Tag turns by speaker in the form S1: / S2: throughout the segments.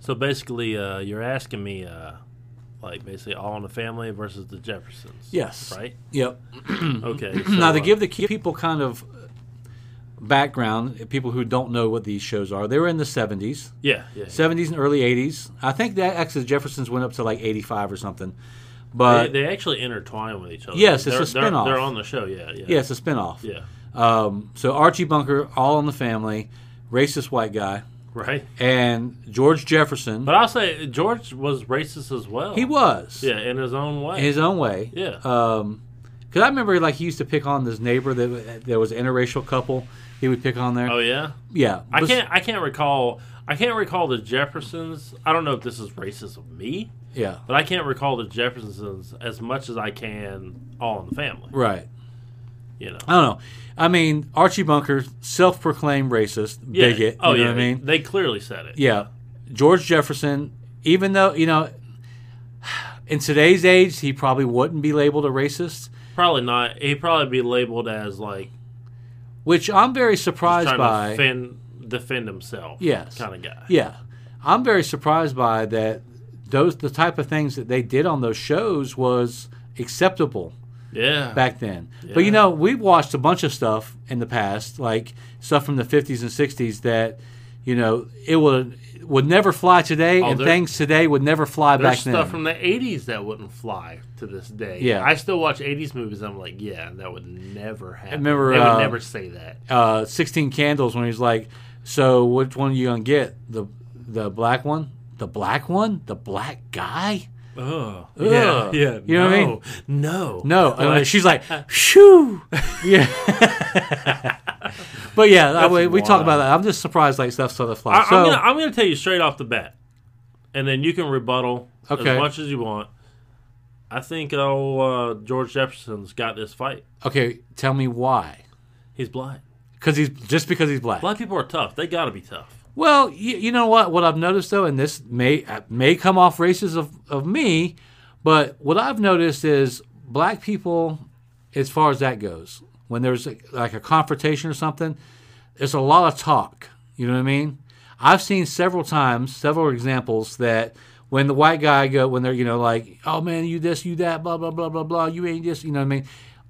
S1: So basically, uh, you're asking me, uh, like, basically All in the Family versus the Jeffersons.
S2: Yes.
S1: Right?
S2: Yep.
S1: Okay. so,
S2: now to
S1: uh,
S2: give the ki- people kind of background, people who don't know what these shows are, they were in the '70s,
S1: Yeah. yeah, yeah.
S2: '70s and early '80s. I think that actually the Jeffersons went up to like '85 or something.
S1: They,
S2: But
S1: they actually intertwine with each other.
S2: uh, Yes, it's
S1: they're,
S2: a spin-off.
S1: They're, they're on the show, yeah. Yeah.
S2: yeah, it's a spinoff.
S1: Yeah.
S2: Um, so Archie Bunker, All in the Family, racist white guy,
S1: Right.
S2: and George Jefferson.
S1: But I'll say George was racist as well.
S2: He was
S1: Oh. Yeah, in his own way.
S2: in his own way.
S1: yeah.
S2: Um 'cause because I remember like he used to pick on this neighbor that that was an interracial couple. He would pick on there.
S1: oh yeah.
S2: yeah,
S1: I
S2: Bes-
S1: can't. I can't recall. I can't recall the Jeffersons. I don't know if this is racist of me,
S2: Yeah,
S1: but I can't recall the Jeffersons as much as I can. All in the family.
S2: right.
S1: You know.
S2: I don't know. I mean, Archie Bunker, self-proclaimed racist,
S1: Yeah.
S2: bigot.
S1: Oh
S2: you know
S1: yeah.
S2: what I mean?
S1: They clearly said it.
S2: Yeah. George Jefferson, even though you know, in today's age, he probably wouldn't be labeled a racist,
S1: Probably not. He'd probably be labeled as like
S2: which I'm
S1: trying
S2: very surprised
S1: to
S2: by.
S1: defend, defend himself.
S2: Yes.
S1: Kind of guy.
S2: Yeah, I'm very surprised by that. Those the type of things that they did on those shows was acceptable
S1: Yeah.
S2: back then. But
S1: Yeah.
S2: you know, we've watched a bunch of stuff in the past, like stuff from the 50s and 60s that you know it would would never fly today,
S1: Oh,
S2: and
S1: there-
S2: things today would never fly
S1: There's
S2: back then.
S1: stuff from the '80s that wouldn't fly to this day.
S2: Yeah.
S1: I still watch '80s movies. I'm like, yeah, that would never happen.
S2: remember,
S1: they would
S2: uh,
S1: never say that.
S2: uh, 16 Candles when he's like, "So which one you gonna get? The the black one, the black one, the black guy?"
S1: Oh,
S2: Ugh.
S1: yeah.
S2: You know what I mean?
S1: No,
S2: No, and like, she's like, "Shoo!" Yeah. but yeah, I, we, we talk about that. I'm just surprised like stuff sort of
S1: I,
S2: flies.
S1: am
S2: So
S1: gonna, I'm gonna tell you straight off the bat, and then you can rebuttal
S2: Okay.
S1: as much as you want. I think oh uh, George Jefferson's got this fight.
S2: okay, tell me why.
S1: He's blind.
S2: Because he's just because he's black.
S1: Black people are tough. They got to be tough.
S2: Well, you, you know what? What I've noticed though, and this may uh, may come off racist of, of me, but what I've noticed is black people, as far as that goes, when there's like a confrontation or something, there's a lot of talk. You know what I mean? I've seen several times, several examples that when the white guy go when they're you know like, oh man, you this, you that, blah blah blah blah blah, you ain't this, you know what I mean?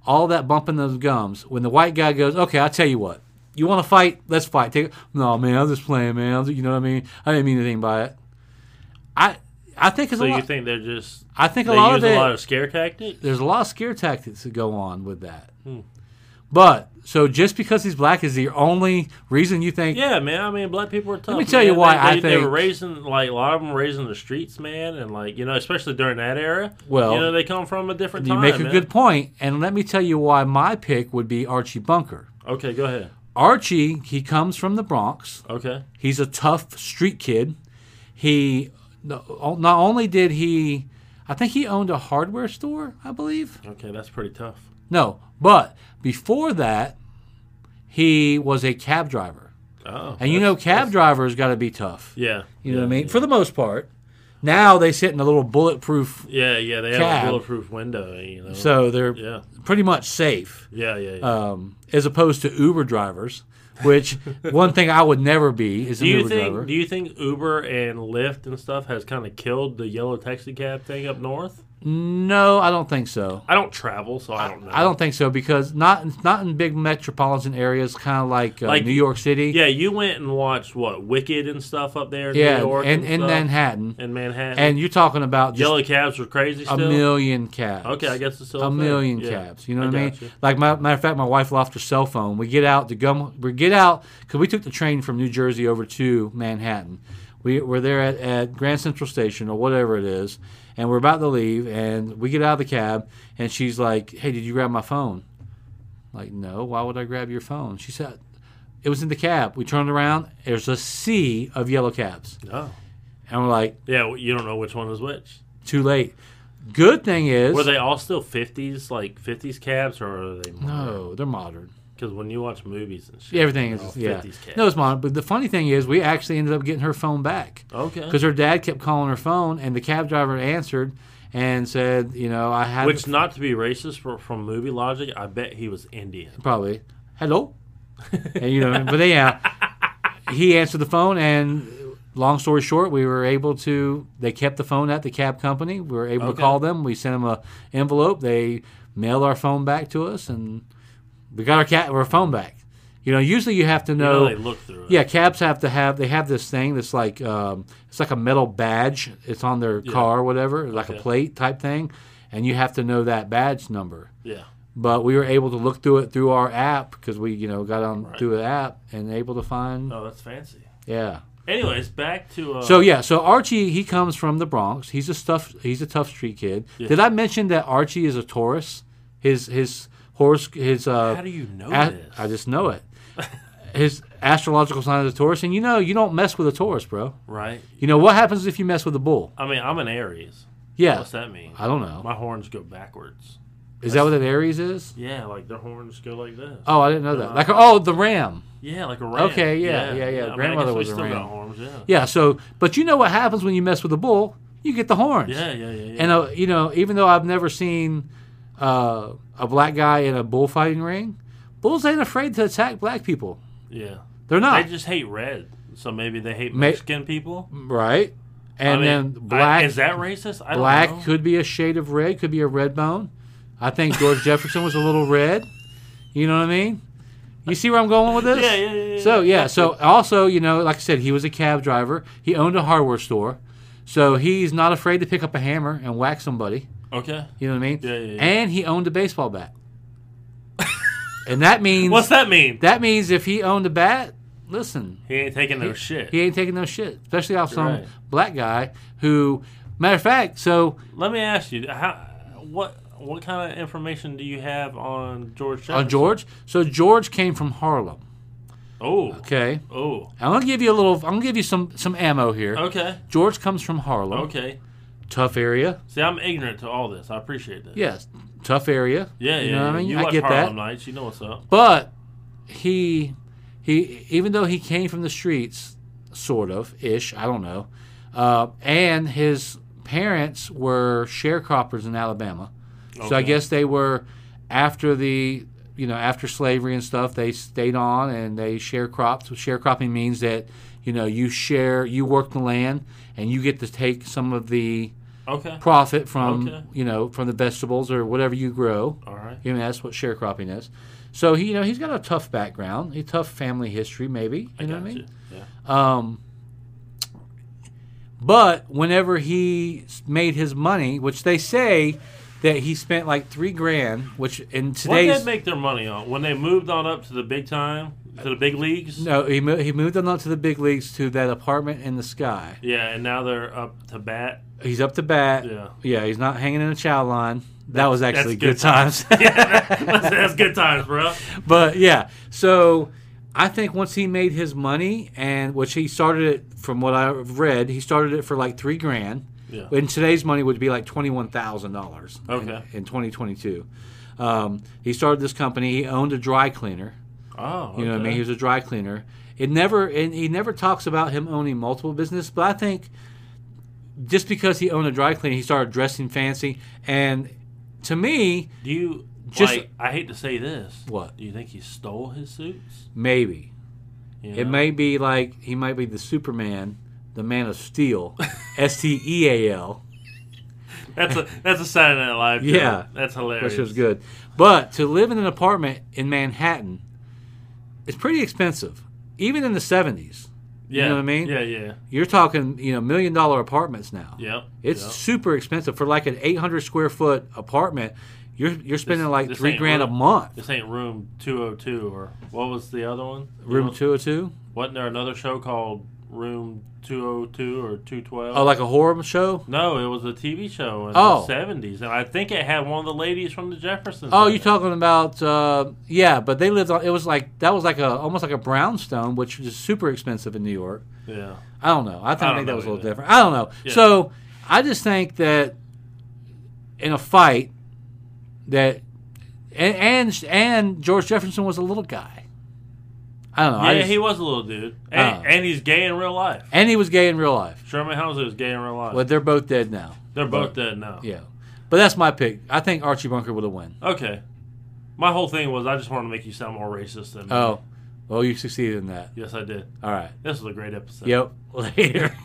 S2: All that bumping those gums. When the white guy goes, okay, I'll tell you what. You want to fight? Let's fight. Take no, man. I'm just playing, man. I'm- You know what I mean? I didn't mean anything by it. I I think it's
S1: So
S2: a lot.
S1: you think they're just?
S2: I think a
S1: they
S2: lot
S1: use
S2: of it.
S1: a lot of scare tactics.
S2: there's a lot of scare tactics that go on with that.
S1: Hmm.
S2: But so just because he's black is the only reason you think?
S1: Yeah, man. I mean, black people are tough.
S2: me tell
S1: man.
S2: you why
S1: They-
S2: I
S1: they, they were
S2: think-
S1: raising like a lot of them raising the streets, man, and like you know, especially during that era.
S2: Well,
S1: you know, they come from a different
S2: You
S1: time.
S2: make a
S1: man.
S2: good point, and let me tell you why my pick would be Archie Bunker.
S1: Okay, go ahead.
S2: Archie, he comes from the Bronx.
S1: Okay.
S2: He's a tough street kid. He no- not only did he, I think he owned a hardware store, I believe.
S1: Okay, that's pretty tough.
S2: No, but before that, he was a cab driver,
S1: Oh.
S2: and you know, cab drivers got to be tough.
S1: Yeah.
S2: You know what I mean? For the most part. Now they sit in a little bulletproof,
S1: Yeah, yeah. They have
S2: Cab.
S1: a bulletproof window, you know.
S2: so they're
S1: yeah.
S2: pretty much safe,
S1: Yeah, yeah, yeah.
S2: um, as opposed to Uber drivers, which one thing I would never be is an
S1: do you
S2: Uber
S1: think
S2: driver.
S1: do you think Uber and Lyft and stuff has kind of killed the yellow taxi cab thing up north?
S2: no, I don't think so.
S1: I don't travel, so I don't know.
S2: I don't think so because not not in big metropolitan areas, kind of like, uh,
S1: Like-
S2: New York City.
S1: Yeah, you went and watched what Wicked and stuff up there in
S2: yeah,
S1: New York
S2: and, and
S1: stuff,
S2: Manhattan.
S1: and Manhattan.
S2: And you're talking about just
S1: yellow cabs were crazy
S2: a
S1: still.
S2: million cabs.
S1: Okay, I guess it's still
S2: a
S1: thing.
S2: million
S1: Yeah,
S2: cabs. You know what I
S1: I
S2: mean?
S1: gotcha.
S2: Like my, matter of fact, my wife lost her cell phone. We get out to go. We get out because we took the train from New Jersey over to Manhattan. We we're there at, at Grand Central Station or whatever it is, and we're about to leave. And we get out of the cab, and she's like, "Hey, did you grab my phone?" Like, no. Why would I grab your phone? She said. It was in the cab. We turned around. There's a sea of yellow cabs,
S1: Oh.
S2: and we're like,
S1: Yeah, well, you don't know which one is which.
S2: "Too late." Good thing is,
S1: Were they all still fifties, like fifties cabs, or are they?
S2: no, they're modern.
S1: Because when you watch movies and shit,
S2: Everything is
S1: they're all
S2: yeah.
S1: 50s cats.
S2: No, it's mine. But the funny thing is, we actually ended up getting her phone back
S1: okay.
S2: because her dad kept calling her phone, and the cab driver answered and said, "You know, I had
S1: Which, not to be racist, for, from movie logic, I bet he was Indian.
S2: probably hello," and you know, but yeah, he answered the phone, and long story short, we were able to. They kept the phone at the cab company. We were able to
S1: Okay.
S2: call them. We sent them a envelope. They mailed our phone back to us, and we got our cat our phone back. You know, usually you have to
S1: You
S2: know.
S1: know, they look through it.
S2: Yeah, cabs have to have they have this thing that's like um, it's like a metal badge. It's on their car or whatever, like a
S1: Okay.
S2: plate type thing, and you have to know that badge number.
S1: Yeah.
S2: But we were able to look through it through our app because we you know got on through the app and able to find
S1: Oh, that's fancy.
S2: yeah.
S1: Anyways, back to uh,
S2: So yeah, so Archie he comes from the Bronx. He's a tough he's a tough street kid. Did I mention that Archie is a Taurus? His his horse his uh
S1: how do you know
S2: a-
S1: this?
S2: I just know it. His astrological sign is a Taurus, and you know you don't mess with a Taurus, bro.
S1: right?
S2: You know what happens if you mess with a bull?
S1: I mean, I'm an Aries.
S2: Yeah,
S1: What's that mean?
S2: I don't know.
S1: My horns go backwards.
S2: Is that what an Aries is?
S1: Yeah, like their horns go like this.
S2: Oh, I didn't know that. Like oh, the ram.
S1: Yeah, like a ram.
S2: Okay, yeah, yeah, yeah.
S1: I mean, I
S2: Grandmother
S1: guess we
S2: was a
S1: still
S2: ram.
S1: Got horns, yeah.
S2: Yeah. So, but you know what happens when you mess with a bull? You get the horns.
S1: Yeah, yeah, yeah. yeah.
S2: And uh, you know, even though I've never seen uh, a black guy in a bullfighting ring, bulls ain't afraid to attack black people.
S1: yeah.
S2: They're
S1: They
S2: not
S1: just hate red, so maybe they hate
S2: Ma-
S1: Mexican people.
S2: right. And
S1: I mean,
S2: then
S1: I-
S2: black
S1: is that racist? I
S2: black
S1: don't know.
S2: could be a shade of red, could be a red bone. I think George Jefferson was a little red. You know what I mean? You see where I'm going with this?
S1: Yeah, yeah, yeah, yeah.
S2: So yeah, so also you know, like I said, he was a cab driver. He owned a hardware store, so he's not afraid to pick up a hammer and whack somebody.
S1: Okay.
S2: You know what I mean?
S1: Yeah, yeah, yeah.
S2: And he owned a baseball bat. and that means
S1: What's that mean?
S2: that means if he owned a bat, listen,
S1: He ain't taking no shit.
S2: he ain't taking no shit, especially off some
S1: right.
S2: black guy who, matter of fact, so
S1: Let me ask you, how, what what kind of information do you have on George? Jefferson?
S2: on George, so George came from Harlem.
S1: Oh,
S2: Okay,
S1: oh,
S2: I'm gonna give you a little. I'm gonna give you some some ammo here.
S1: okay,
S2: George comes from Harlem,
S1: okay.
S2: tough area.
S1: See, I'm ignorant to all this. I appreciate that.
S2: Yes, tough area.
S1: yeah, yeah.
S2: You know what I
S1: yeah.
S2: mean?
S1: You
S2: I
S1: watch
S2: get that.
S1: Harlem Nights. You know what's up.
S2: But he he even though he came from the streets, sort of ish, I don't know. Uh, and his parents were sharecroppers in Alabama, so I
S1: Okay.
S2: guess they were after the you know after slavery and stuff. They stayed on and they sharecropped. Sharecropping means that you know you share you work the land and you get to take some of the
S1: Okay,
S2: profit from
S1: Okay.
S2: you know from the vegetables or whatever you grow.
S1: all right.
S2: You know, that's what sharecropping is. So he, you know, he's got a tough background, a tough family history, maybe. You
S1: I
S2: know
S1: got
S2: what I
S1: you.
S2: mean?
S1: Yeah.
S2: Um, but whenever he s- made his money, which they say that he spent like three grand, which in
S1: What did they
S2: today's
S1: make their money on when they moved on up to the big time, to the big leagues?
S2: no, he mo- he moved on up to the big leagues to that apartment in the sky.
S1: Yeah, and now they're up to bat.
S2: He's up to bat.
S1: Yeah.
S2: yeah, he's not hanging in a chow line. That was actually
S1: good
S2: good times.
S1: that's, that's good times, bro.
S2: but yeah, so I think once he made his money, and which he started it from what I've read, he started it for like three grand.
S1: Yeah.
S2: In today's money, would be like twenty one thousand dollars.
S1: Okay.
S2: In, twenty twenty two, um, he started this company. He owned a dry cleaner.
S1: Oh,
S2: You know what I mean? He was a dry cleaner. It never and he never talks about him owning multiple business, but I think just because he owned a dry cleaner, he started dressing fancy. And to me,
S1: Do you
S2: Just-
S1: just? Like, I hate to say this.
S2: What?
S1: Do you think he stole his suits?
S2: maybe
S1: You
S2: It
S1: know?
S2: may be like he might be the Superman, the Man of Steel, S T E A L,
S1: That's a that's a Saturday Night Live. joke.
S2: Yeah.
S1: that's hilarious.
S2: which was good. But to live in an apartment in Manhattan is pretty expensive, even in the seventies.
S1: Yeah.
S2: know what I mean?
S1: Yeah, yeah,
S2: You're talking, you know, million dollar apartments now.
S1: yep.
S2: It's
S1: yep.
S2: super expensive for like an 800 square foot apartment. You're you're spending like
S1: this
S2: three
S1: ain't
S2: grand a
S1: real.
S2: month.
S1: this ain't room two hundred two or what was the other one?
S2: Room 202.
S1: Wasn't there another show called Room two hundred two or two twelve?
S2: Oh, like a horror show.
S1: no, it was a TV show in
S2: Oh.
S1: the seventies, and I think it had one of the ladies from the Jeffersons.
S2: Oh,
S1: in
S2: you're
S1: it.
S2: talking about uh, yeah, but they lived on. It was like that was like a almost like a brownstone, which is super expensive in New York.
S1: Yeah,
S2: I don't know. I, think
S1: I don't
S2: think that
S1: know
S2: was a little
S1: either.
S2: different. I don't know.
S1: Yeah.
S2: So I just think that in a fight that and, and and George Jefferson was a little guy. I don't know. Oh, I
S1: yeah,
S2: just-
S1: he was a little dude, and,
S2: Oh.
S1: and he's gay in real life.
S2: and he was gay in real life,
S1: Sherman Houser is gay in real life.
S2: but they're both dead now.
S1: They're both dead now.
S2: Yeah, but that's my pick. I think Archie Bunker would have won.
S1: Okay. My whole thing was I just wanted to make you sound more racist than
S2: Oh, Oh, you succeeded in that.
S1: Yes, I did.
S2: All right.
S1: This was a great episode.
S2: Yep. Later.